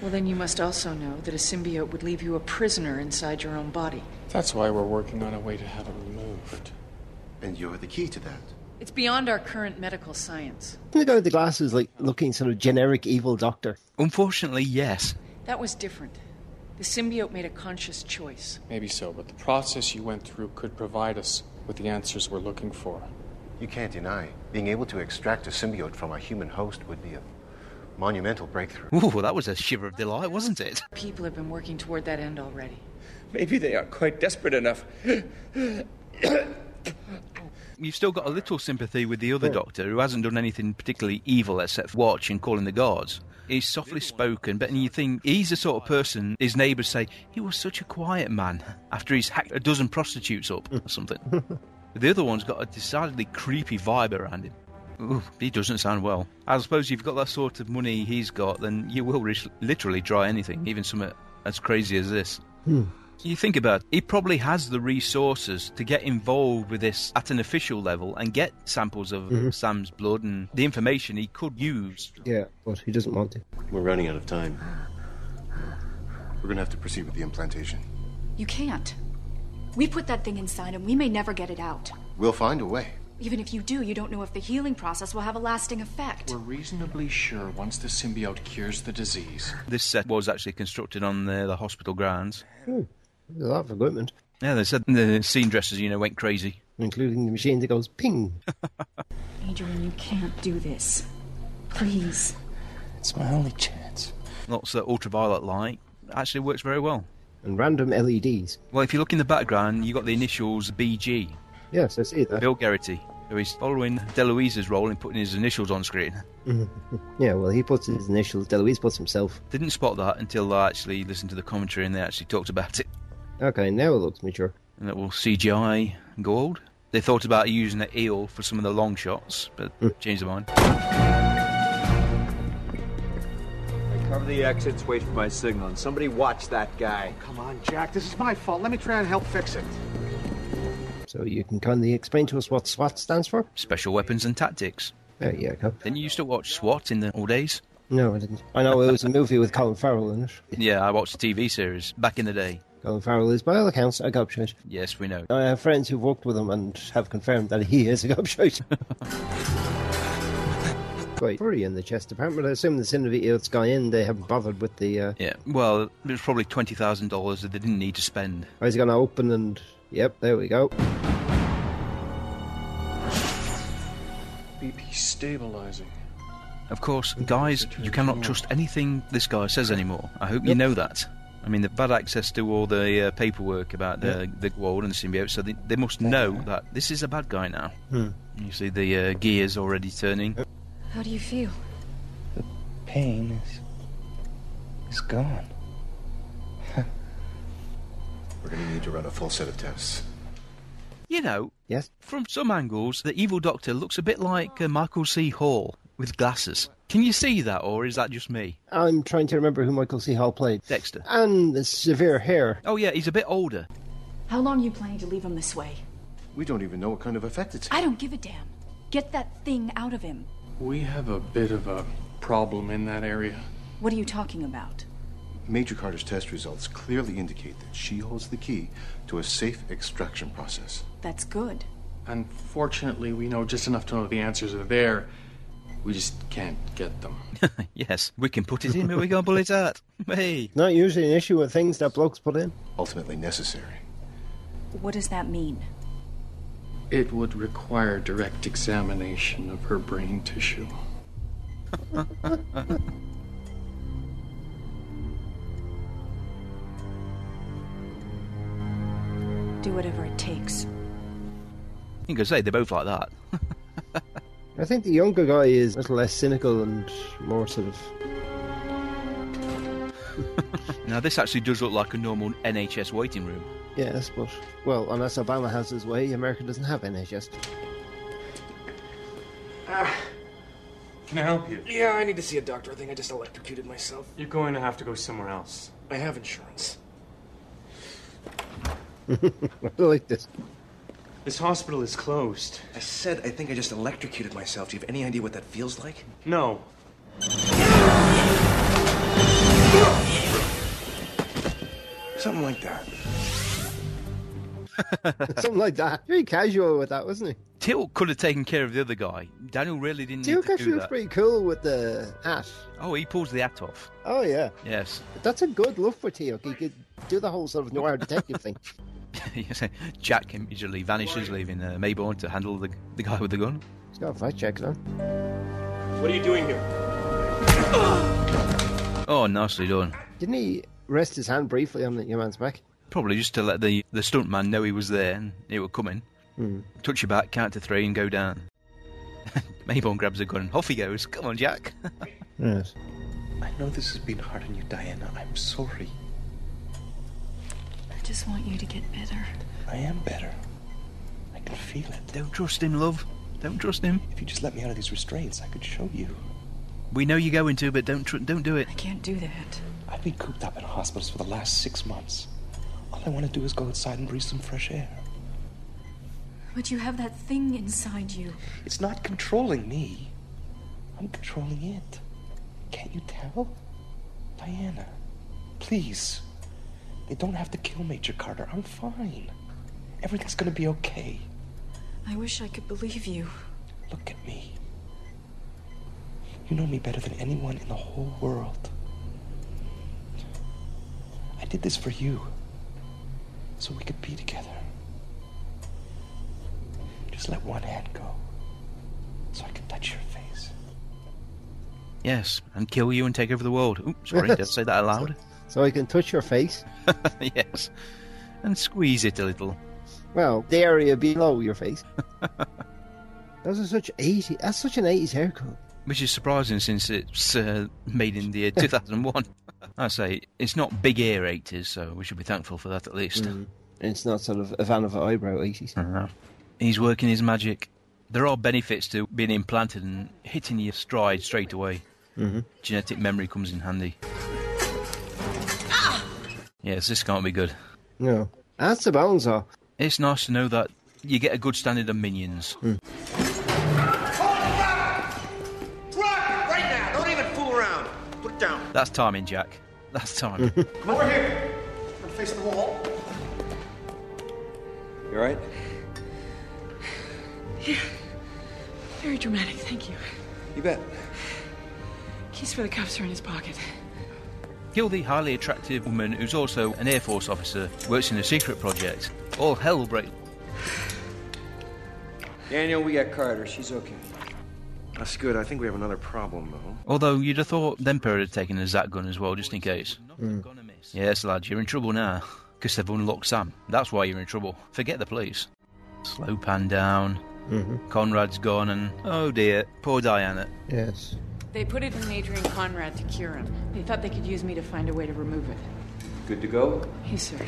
Well, then you must also know that a symbiote would leave you a prisoner inside your own body. That's why we're working on a way to have it removed. And you're the key to that. It's beyond our current medical science. The guy with the glasses, like looking sort of generic evil doctor. Unfortunately, yes. That was different. The symbiote made a conscious choice. Maybe so, but the process you went through could provide us with the answers we're looking for. You can't deny being able to extract a symbiote from a human host would be a monumental breakthrough. Ooh, that was a shiver of delight, wasn't it? People have been working toward that end already. Maybe they are quite desperate enough. You've still got a little sympathy with the other doctor who hasn't done anything particularly evil except watch and calling the guards. He's softly spoken, but then you think he's the sort of person his neighbours say he was such a quiet man after he's hacked a dozen prostitutes up or something. the other one's got a decidedly creepy vibe around him. Ooh, he doesn't sound well. I suppose if you've got that sort of money he's got, then you will ris- literally try anything, even something as crazy as this. Hmm. You think about it, he probably has the resources to get involved with this at an official level and get samples of Mhm. Sam's blood and the information he could use. Yeah, but he doesn't want to. We're running out of time. We're gonna have to proceed with the implantation. You can't. We put that thing inside and we may never get it out. We'll find a way. Even if you do, you don't know if the healing process will have a lasting effect. We're reasonably sure once the symbiote cures the disease, This set was actually constructed on the, the hospital grounds. Hmm. There's a lot of equipment, Yeah, they said the scene dressers, you know, went crazy. including the machine that goes [laughs] ping. Adrian, you can't do this. Please. It's my only chance. Lots of ultraviolet light. Actually works very well. And random E LEDs. Well, if you look in the background, you got the initials BG, Yes, I see that. Bill Geraghty, who is following DeLuise's role in putting his initials on screen. Mhm. yeah, well, he puts his initials. Deloise puts himself. Didn't spot that until I actually listened to the commentary and they actually talked about it. Okay, now it looks mature. And that will CGI gold. They thought about using an eel for some of the long shots, but changed their mind. I cover the exits, wait for my signal, and somebody watch that guy. Come on, Jack, this is my fault. Let me try and help fix it. So you can kindly explain to us what SWAT stands for? Special weapons and tactics. There you go. Then you used to watch SWAT in the old days. No, I didn't. I know it was a movie with Colin Farrell in it. Yeah, I watched a TV series back in the day. Colin Farrell is, by all accounts, a gobshite. Yes, we know. I have friends who've worked with him and have confirmed that he is a gobshite. Quite furry in the chest, apparently. I assume the Cinevity it's gone in, they haven't bothered with the. Uh, Yeah. Well, it was probably twenty thousand dollars that they didn't need to spend. eyes going to oh, open and. Yep, there we go. BP stabilizing. Of course, guys, you cannot trust anything this guy says anymore. I hope you know that. I mean, they've had access to all the uh, paperwork about the the world and the symbiote, so they, they must know that this is a bad guy now. Hmm. You see the uh, gears already turning. How do you feel? Pain is. is gone. We're going to need to run a full set of tests. You know, yes. From some angles, the evil doctor looks a bit like uh, Michael C. Hall with glasses. Can you see that, or is that just me? I'm trying to remember who Michael C. Hall played. Dexter. And the severe hair. Oh yeah, he's a bit older. How long are you planning to leave him this way? We don't even know what kind of effect it's. I don't give a damn. Get that thing out of him. We have a bit of a problem in that area. What are you talking about? Major Carter's test results clearly indicate that she holds the key to a safe extraction process. That's good. Unfortunately, we know just enough to know the answers are there. We just can't get them. [laughs] Yes, we can put it in, but we can't pull [laughs] it out. Hey. Not usually an issue with things that blokes put in. Ultimately necessary. What does that mean? It would require direct examination of her brain tissue. Do whatever it takes. You can say they're both like that. I think the younger guy is a little less cynical and more sort of. Now this actually does look like a normal NHS waiting room. Yes, but. Well, unless Obama has his way, America doesn't have NHS. Can I help you? Yeah, I need to see a doctor. I think I just electrocuted myself. You're going to have to go somewhere else. I have insurance. I [laughs] like [laughs] this. This hospital is closed. I said I think I just electrocuted myself. Do you have any idea what that feels like? No. Something like that. Something like that. Very casual with that, wasn't he? Till could have taken care of the other guy. Daniel really didn't Duke need to actually do looks that. pretty cool with the hat. Oh, he pulls the hat off. Oh, yeah. Yes. [laughs] That's a good look for Teok. He could do the whole sort of noir detective [laughs] thing. You say Jack immediately vanishes, leaving uh, Mayborn to handle the, the guy with the gun. He's got a fact check on. What are you doing here? Oh, nicely done. Didn't he rest his hand briefly on the- your man's back? Probably just to let the, the stunt man know he was there and he were coming. Hmm. Touch your back, count to three, and go down. [laughs] Mayborn grabs a gun. Off he goes. Come on, Jack. [laughs] Yes. I know this has been hard on you, Diana. I'm sorry. I just want you to get better. I am better. I can feel it. Don't trust him, love. Don't trust him. If you just let me out of these restraints, I could show you. We know you're going to, but don't tr- don't do it. I can't do that. I've been cooped up in hospitals for the last six months. All I want to do is go outside and breathe some fresh air. But you have that thing inside you. It's not controlling me. I'm controlling it. Can't you tell? Diana, please. They don't have to kill Major Carter. I'm fine. Everything's gonna be okay. I wish I could believe you. Look at me. You know me better than anyone in the whole world. I did this for you. So we could be together. Just let one hand go. So I can touch your face. Yes, and kill you and take over the world. Oops, sorry, did I say that aloud? [laughs] So I can touch your face. [laughs] yes. And squeeze it a little. Well, the area below your [laughs] face. Those are such 80. That's such an 80s haircut. Which is surprising since it's uh, made in the year 2001. I say, it's not big ear 80s, so we should be thankful for that at least. Uh, Mm. It's not sort of Ivanova eyebrow 80s. He's working his magic. There are benefits to being implanted and hitting your stride straight away. Mhm. Genetic memory comes in handy. Yes, this can't be good. No. That's the bouncer. It's nice to know that you get a good standard of minions. Drop right now! Don't even fool around. Put it down. That's timing, Jack. That's timing. Come over here. I'm facing the wall. You alright? Yeah. Very dramatic, thank you. You bet. Keys for the cuffs are in his pocket. Kill the highly attractive woman who's also an Air Force officer, works in a secret project. All hell will break. Daniel, we got Carter. She's okay. That's good. I think we have another problem, though. Although you'd have thought them pair had taken a Zat gun as well, just in case. Yes, lad, you're in trouble now. Because they've unlocked Sam. That's why you're in trouble. Forget the police. Slow pan down. Mhm. Conrad's gone, and oh dear, poor Diana. Yes. They put it in Adrian Conrad to cure him. They thought they could use me to find a way to remove it. Good to go? Yes, sir.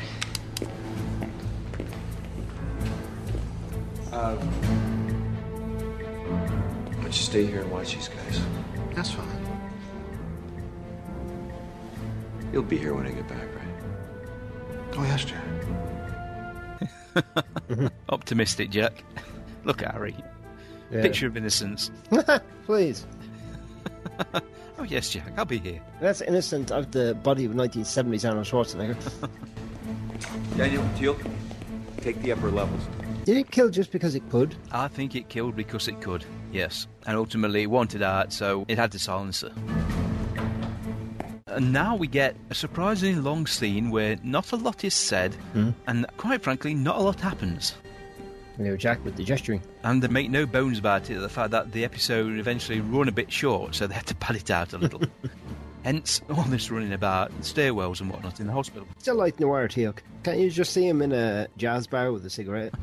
Uh, why don't you stay here and watch these guys? That's fine. You'll be here when I get back, right? Oh, yes, Jack. Optimistic, Jack. [laughs] Look at Harry. Yeah. Picture of innocence. Please. Oh, yes, Jack, I'll be here. That's innocent of the body of 1970s Arnold [laughs] Schwarzenegger. Daniel, Teal, take the upper levels. Did it kill just because it could? I think it killed because it could, yes. And ultimately, it wanted out, so it had to silence her. And now we get a surprisingly long scene where not a lot is said, Hmm. and quite frankly, not a lot happens. No, Jack with the gesturing. And they make no bones about it, the fact that the episode eventually run a bit short, so they had to [laughs] pad it out a little. Hence, all this running about, stairwells and whatnot in the hospital. Still like Noir Teal'c. Can't you just see him in a jazz bar with a cigarette?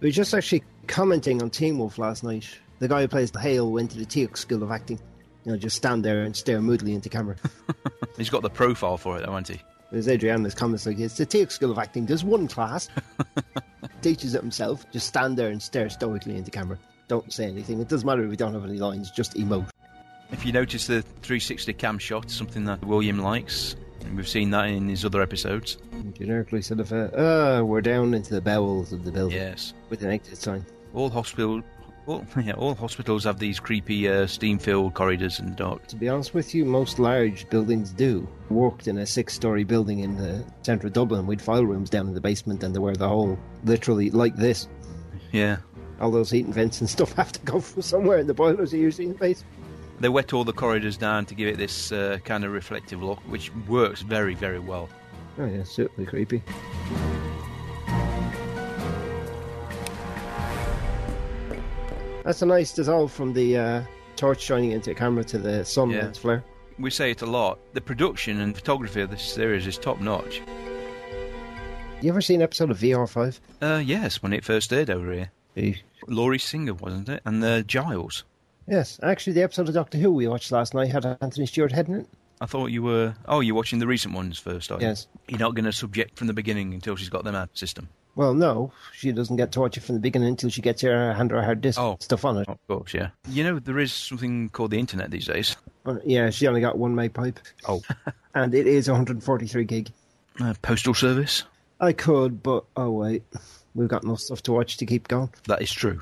we were just actually commenting on Teen Wolf last night. The guy who plays Hale went to the Teal'c School of Acting. You know, just stand there and stare moodily into camera. He's got the profile for it, though, hasn't he? There's Adriana's comments like, it's the Teal'c School of Acting. There's one class. Teaches it himself. Just stand there and stare stoically into camera. Don't say anything. It doesn't matter if we don't have any lines. Just emote. If you notice the 360 cam shot, something that William likes, and we've seen that in his other episodes. Generically sort of, uh, uh, we're down into the bowels of the building. Yes. With an exit sign. All hospital, all, [laughs] yeah, all hospitals have these creepy uh, steam-filled corridors and dark. To be honest with you, most large buildings do. Walked in a six-story building in the centre of Dublin, we'd file rooms down in the basement, and they were the whole literally like this. Yeah, All those heating vents and [laughs] stuff have to go from somewhere, and the boilers are usually in the basement. they wet all the corridors down to give it this uh, kind of reflective look, which works very, very well. Oh yeah, certainly creepy. That's a nice dissolve from the uh, torch shining into the camera to the sun Yeah. lens flare. We say it a lot. The production and photography of this series is top notch. You ever seen an episode of VR5? Uh, yes, when it first aired over here. Laurie Singer, wasn't it? And uh, Giles. Yes, actually, the episode of Doctor Who we watched last night had Anthony Stewart head in it. I thought you were. Oh, you're watching the recent ones first, are you? Yes. You're not going to subject from the beginning until she's got them out system. Well, no, she doesn't get tortured from the beginning until she gets her hand or her disc stuff on it. Of course, yeah. You know, there is something called the internet these days. But yeah, she only got one pipe. Oh. [laughs] and it is 143 gig. Uh, postal service? I could, but oh wait, we've got enough stuff to watch to keep going. That is true.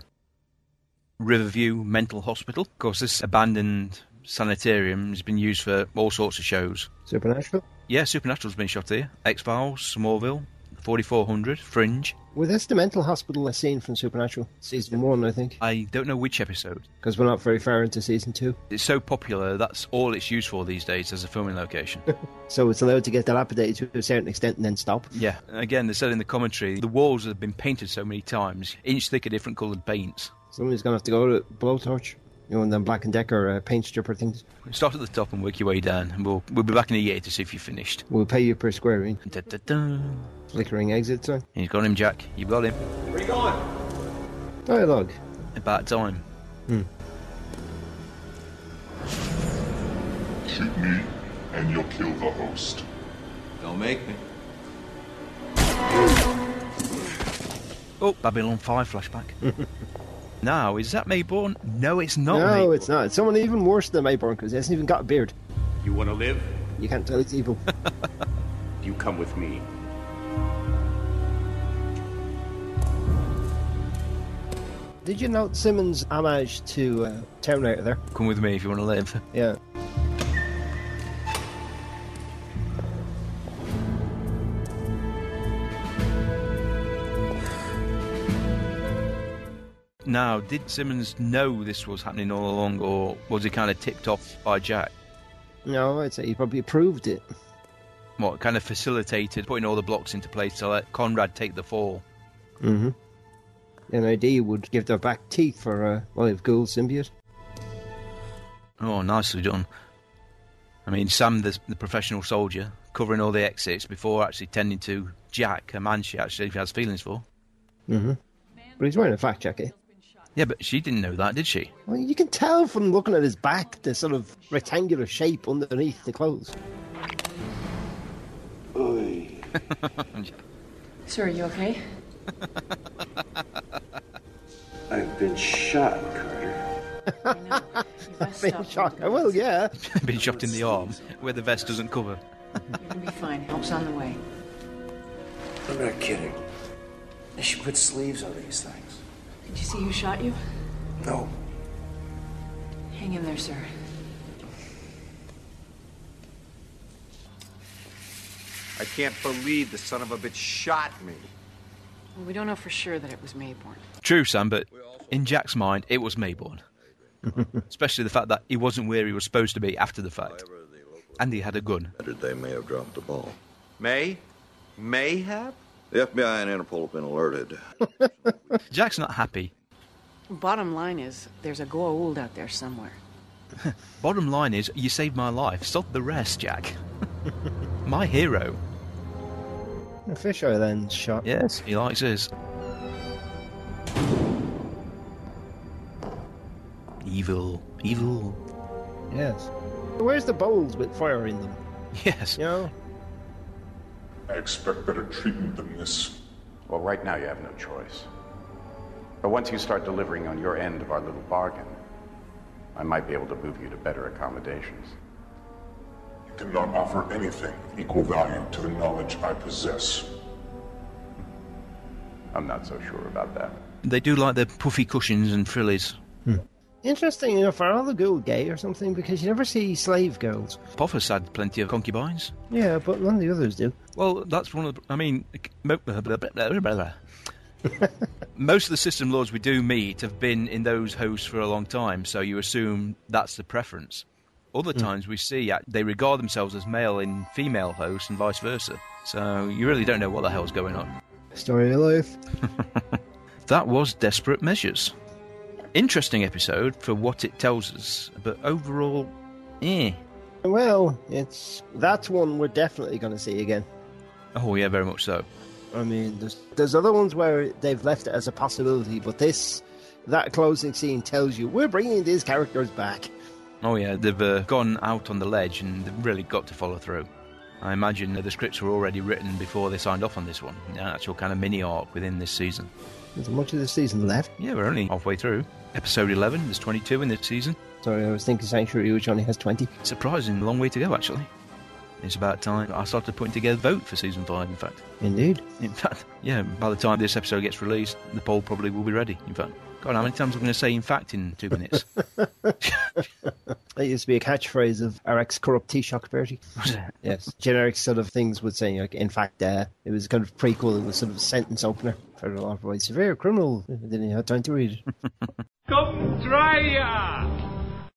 Riverview Mental Hospital. Of course, this abandoned sanitarium has been used for all sorts of shows. Supernatural. Yeah, Supernatural's been shot here. X Files, Smallville, 4400, Fringe. Well, that's the mental hospital I seen from Supernatural season one, I think, I don't know which episode. because we're not very far into season two, It's so popular, that's all it's used for these days as a filming location. so it's allowed to get dilapidated to a certain extent and then stop. yeah. Again, they said in the commentary, the walls have been painted so many times, inch thick of different coloured paints. Somebody's gonna have to go to blowtorch, you know, and then Black and Decker uh, paint stripper things. Start at the top and work your way down, and we'll, we'll be back in a year to see if you finished. We'll pay you per square inch. Da-da-da. Flickering exit sign. He's got him, Jack. You've got him. Where are you going? Dialogue. About time. Shoot me, and you'll kill the host. Don't make me. Oh, Babylon [laughs] 5 flashback. now, is that Mayborn? No, it's not no, Mayborn. it's not. It's someone even worse than Mayborn because he hasn't even got a beard. You want to live? You can't tell it's evil. You come with me. Did you note Simmons' homage to uh, Terminator there? Come with me if you want to live. Yeah. Now, did Simmons know this was happening all along, or was he kind of tipped off by Jack? No, I'd say he probably approved it. What kind of facilitated putting all the blocks into place to let Conrad take the fall? Mm-hmm. NID would give their back teeth for a live ghoul symbiote. Oh, nicely done. I mean, Sam, the, the professional soldier, covering all the exits before actually tending to Jack, a man she actually has feelings for. Mm-hmm. But he's wearing a fat jacket. Yeah, but she didn't know that, did she? Well, you can tell from looking at his back the sort of rectangular shape underneath the clothes. Sir, are you okay? [laughs] I've been shot, Carter. I've been shocked. I will, Uh, yeah. Been shot in the arm, where the vest doesn't cover. You're gonna be fine. Help's on the way. I'm not kidding. They should put sleeves on these things. Did you see who shot you? No. Hang in there, sir. I can't believe the son of a bitch shot me. Well, we don't know for sure that it was Mayborn. True, Sam, but in Jack's mind, it was Mayborn. Especially the fact that he wasn't where he was supposed to be after the fact. And he had a gun. They may have dropped the ball. May? May have? The FBI and Interpol have been alerted. Jack's not happy. Bottom line is, there's a Goa'uld out there somewhere. Bottom line is, you saved my life. Stop the rest, Jack. [laughs] my hero. A fisheye lens shot. Yes, he likes his. Evil. Evil. Yes. Where's the bowls with fire in them? Yes. You know? I expect better treatment than this. Well, right now you have no choice. But once you start delivering on your end of our little bargain, I might be able to move you to better accommodations. You cannot offer anything of equal value to the knowledge I possess. I'm not so sure about that. They do like their puffy cushions and frillies. Interesting enough, are all the girls gay or something? Because you never see slave girls. Poffus had plenty of concubines. Yeah, but none of the others do. Well, that's one of the. I mean, mo- [laughs] most of the system lords we do meet have been in those hosts for a long time, so you assume that's the preference. Other times we see uh, they regard themselves as male in female hosts and vice versa. So you really don't know what the hell's going on. Story of life. That was Desperate Measures. Interesting episode for what it tells us, but overall, eh. Well, it's that's one we're definitely going to see again. Oh, yeah, very much so. I mean, there's, there's other ones where they've left it as a possibility, but this, that closing scene tells you we're bringing these characters back. Oh, yeah, they've uh, gone out on the ledge and they've really got to follow through. I imagine that the scripts were already written before they signed off on this one, an actual kind of mini arc within this season. There's much of the season left. Yeah, we're only halfway through. Episode 11, there's 22 in this season. Sorry, I was thinking Sanctuary, which only has 20. Surprising, long way to go, actually. It's about time I started putting together a vote for season 5, in fact. Indeed. In fact, yeah, by the time this episode gets released, the poll probably will be ready. In fact, God, how many times am I going to say in fact in two minutes? That used to be a catchphrase of RX Corrupt T Shock Bertie. yes. Generic sort of things would say, like, in fact, uh, it was kind of prequel, it was sort of sentence opener for a lot of ways. Severe criminal. Didn't have time to read it. Come try ya!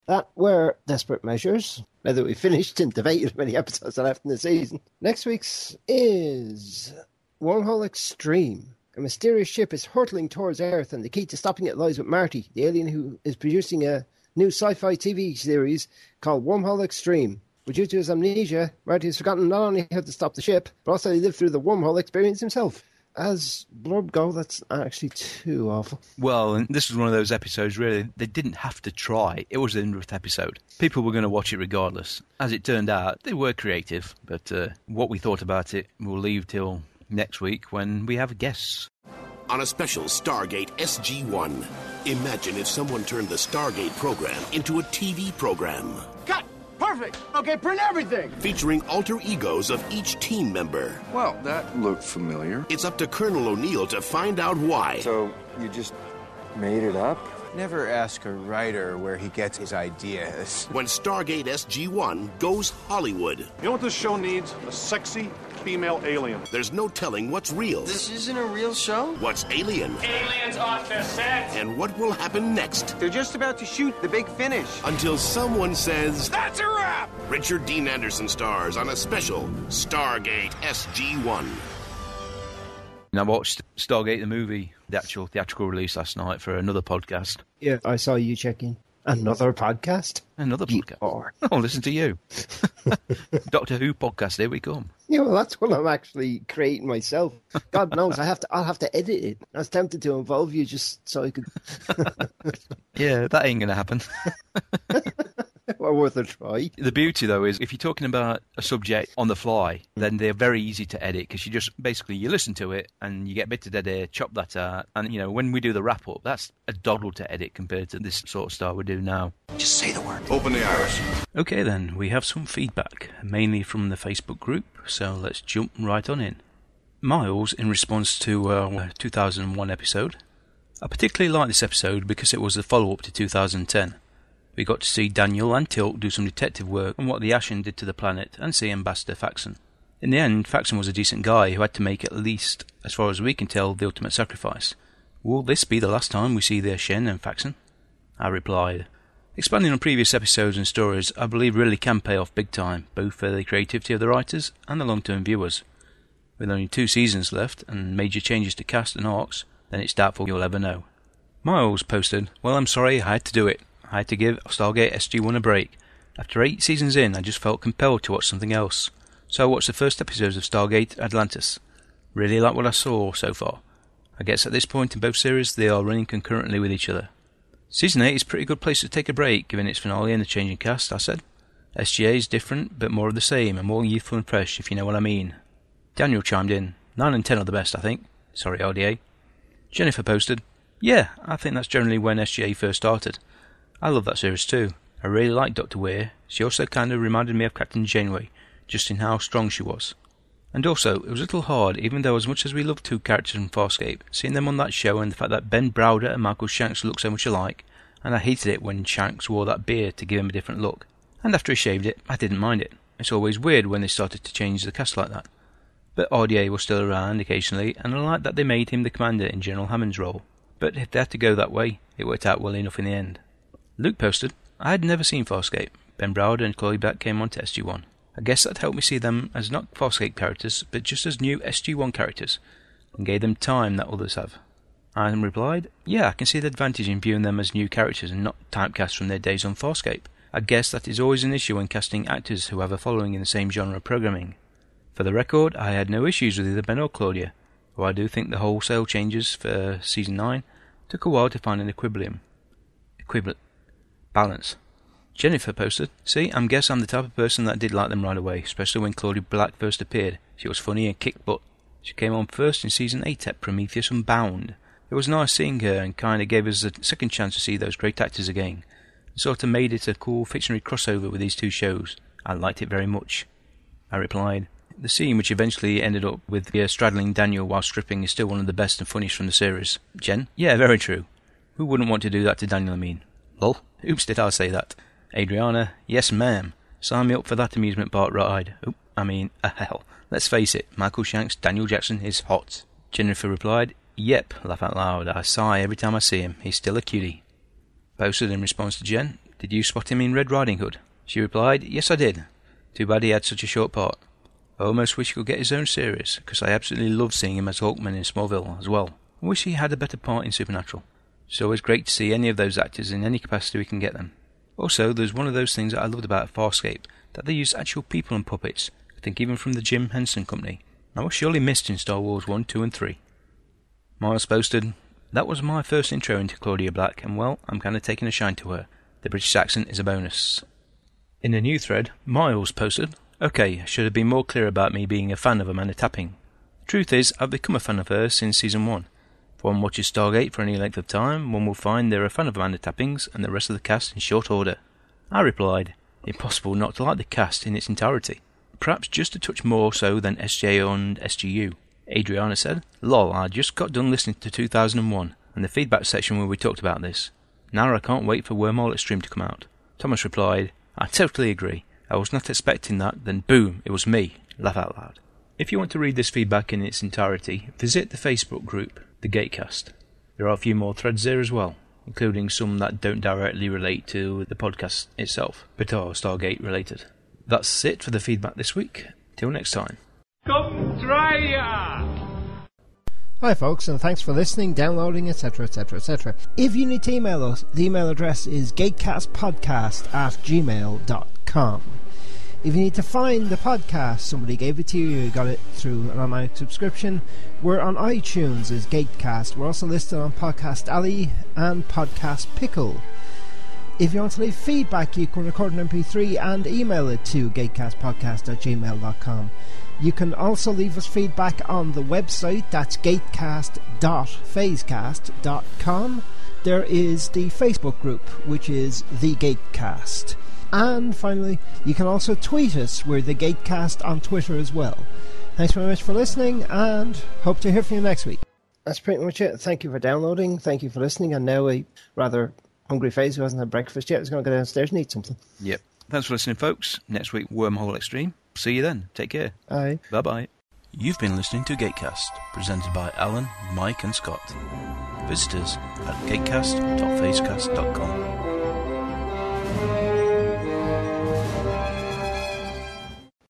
That were Desperate Measures. Now that we finished and debated how many episodes are left in the season, next week's is Wormhole Extreme. A mysterious ship is hurtling towards Earth, and the key to stopping it lies with Marty, the alien who is producing a new sci fi TV series called Wormhole Extreme. But due to his amnesia, Marty has forgotten not only how to stop the ship, but also he lived through the wormhole experience himself. As Blurb Go, that's not actually too awful. Well, and this was one of those episodes, really, they didn't have to try. It was the 100th episode. People were going to watch it regardless. As it turned out, they were creative, but uh, what we thought about it, we'll leave till next week when we have guests. on a special Stargate SG 1. Imagine if someone turned the Stargate program into a TV program. Cut! Perfect! Okay, print everything! Featuring alter egos of each team member. Well, that looked familiar. It's up to Colonel O'Neill to find out why. So, you just made it up? Never ask a writer where he gets his ideas. When Stargate SG 1 goes Hollywood. You know what this show needs? A sexy female alien. There's no telling what's real. This isn't a real show? What's alien? Aliens off the set! And what will happen next? They're just about to shoot the big finish. Until someone says, That's a wrap! Richard Dean Anderson stars on a special Stargate SG 1. And I watched Stargate the movie, the actual theatrical release last night for another podcast. Yeah, I saw you checking. Another podcast? Another podcast. Or Oh, listen to you. Doctor Who podcast, here we come. Yeah, well, that's what I'm actually creating myself. God knows, I have to. I'll have to edit it. I was tempted to involve you just so I could. [laughs] Yeah, that ain't going to happen. [laughs] well, worth a try. The beauty, though, is if you're talking about a subject on the fly, then they're very easy to edit because you just basically you listen to it and you get a bit of dead air, chop that out, and you know when we do the wrap up, that's a doddle to edit compared to this sort of stuff we do now. Just say the word. Open the iris. Okay, then we have some feedback, mainly from the Facebook group, so let's jump right on in. Miles, in response to our 2001 episode, I particularly like this episode because it was the follow up to 2010. We got to see Daniel and Tilt do some detective work on what the Ashen did to the planet and see Ambassador Faxon. In the end, Faxon was a decent guy who had to make, at least as far as we can tell, the ultimate sacrifice. Will this be the last time we see the Ashen and Faxon? I replied. Expanding on previous episodes and stories, I believe really can pay off big time, both for the creativity of the writers and the long term viewers. With only two seasons left and major changes to cast and arcs, then it's doubtful you'll ever know. Miles posted, Well, I'm sorry, I had to do it. I had to give Stargate SG 1 a break. After eight seasons in, I just felt compelled to watch something else. So I watched the first episodes of Stargate Atlantis. Really like what I saw so far. I guess at this point in both series, they are running concurrently with each other. Season 8 is a pretty good place to take a break, given its finale and the change in cast, I said. SGA is different, but more of the same, and more youthful and fresh, if you know what I mean. Daniel chimed in. 9 and 10 are the best, I think. Sorry, RDA. Jennifer posted, Yeah, I think that's generally when SGA first started. I love that series too. I really like Dr. Weir. She also kind of reminded me of Captain Janeway, just in how strong she was. And also, it was a little hard, even though as much as we love two characters from Farscape, seeing them on that show and the fact that Ben Browder and Michael Shanks look so much alike, and I hated it when Shanks wore that beard to give him a different look. And after he shaved it, I didn't mind it. It's always weird when they started to change the cast like that. But RDA was still around occasionally, and I liked that they made him the commander in General Hammond's role. But if they had to go that way, it worked out well enough in the end. Luke posted, I had never seen Farscape. Ben Browder and Chloe Black came on to SG1. I guess that helped me see them as not Farscape characters, but just as new SG1 characters, and gave them time that others have. Adam replied, Yeah, I can see the advantage in viewing them as new characters and not typecast from their days on Farscape. I guess that is always an issue when casting actors who have a following in the same genre of programming. For the record, I had no issues with either Ben or Claudia, though I do think the wholesale changes for Season 9 took a while to find an equilibrium. Equivalent balance. Jennifer posted, See, I am guess I'm the type of person that did like them right away, especially when Claudia Black first appeared. She was funny and kicked butt. She came on first in season 8 at Prometheus Unbound. It was nice seeing her and kind of gave us a second chance to see those great actors again. It sort of made it a cool fictionary crossover with these two shows. I liked it very much. I replied, The scene which eventually ended up with the straddling Daniel while stripping is still one of the best and funniest from the series. Jen? Yeah, very true. Who wouldn't want to do that to Daniel, I mean? Lol. Oops, did I say that? Adriana, yes, ma'am. Sign me up for that amusement park ride. Oop, I mean, a hell. Let's face it, Michael Shanks, Daniel Jackson is hot. Jennifer replied, Yep, laugh out loud. I sigh every time I see him. He's still a cutie. Posted in response to Jen, Did you spot him in Red Riding Hood? She replied, Yes, I did. Too bad he had such a short part. I almost wish he could get his own series, because I absolutely love seeing him as Hawkman in Smallville as well. I wish he had a better part in Supernatural. It's always great to see any of those actors in any capacity we can get them. Also, there's one of those things that I loved about Farscape, that they used actual people and puppets, I think even from the Jim Henson Company. I was surely missed in Star Wars 1, 2, and 3. Miles posted, That was my first intro into Claudia Black, and well, I'm kinda taking a shine to her. The British accent is a bonus. In a new thread, Miles posted, Okay, I should have been more clear about me being a fan of Amanda Tapping. Truth is, I've become a fan of her since season 1. One watches Stargate for any length of time, one will find they're a fan of Amanda Tappings and the rest of the cast in short order. I replied, impossible not to like the cast in its entirety. Perhaps just a touch more so than SJ and SGU. Adriana said, Lol, I just got done listening to 2001 and the feedback section where we talked about this. Now I can't wait for Wormhole Extreme to come out. Thomas replied, I totally agree. I was not expecting that, then boom, it was me. Laugh out loud. If you want to read this feedback in its entirety, visit the Facebook group, The Gatecast. There are a few more threads there as well, including some that don't directly relate to the podcast itself, but are Stargate related. That's it for the feedback this week. Till next time. Come try ya! Hi, folks, and thanks for listening, downloading, etc., etc., etc. If you need to email us, the email address is gatecastpodcast at gmail.com. If you need to find the podcast, somebody gave it to you, you got it through an automatic subscription. We're on iTunes as Gatecast. We're also listed on Podcast Alley and Podcast Pickle. If you want to leave feedback, you can record an MP3 and email it to gatecastpodcast at gmail.com. You can also leave us feedback on the website, that's gatecast.phasecast.com. There is the Facebook group, which is The Gatecast. And finally, you can also tweet us, we're The Gatecast on Twitter as well. Thanks very much for listening, and hope to hear from you next week. That's pretty much it. Thank you for downloading. Thank you for listening. And now a rather hungry face who hasn't had breakfast yet is going to go downstairs and eat something. Yep. Thanks for listening, folks. Next week, Wormhole Extreme. See you then. Take care. Aye. Bye bye. You've been listening to Gatecast, presented by Alan, Mike, and Scott. Visitors at gatecast.facecast.com.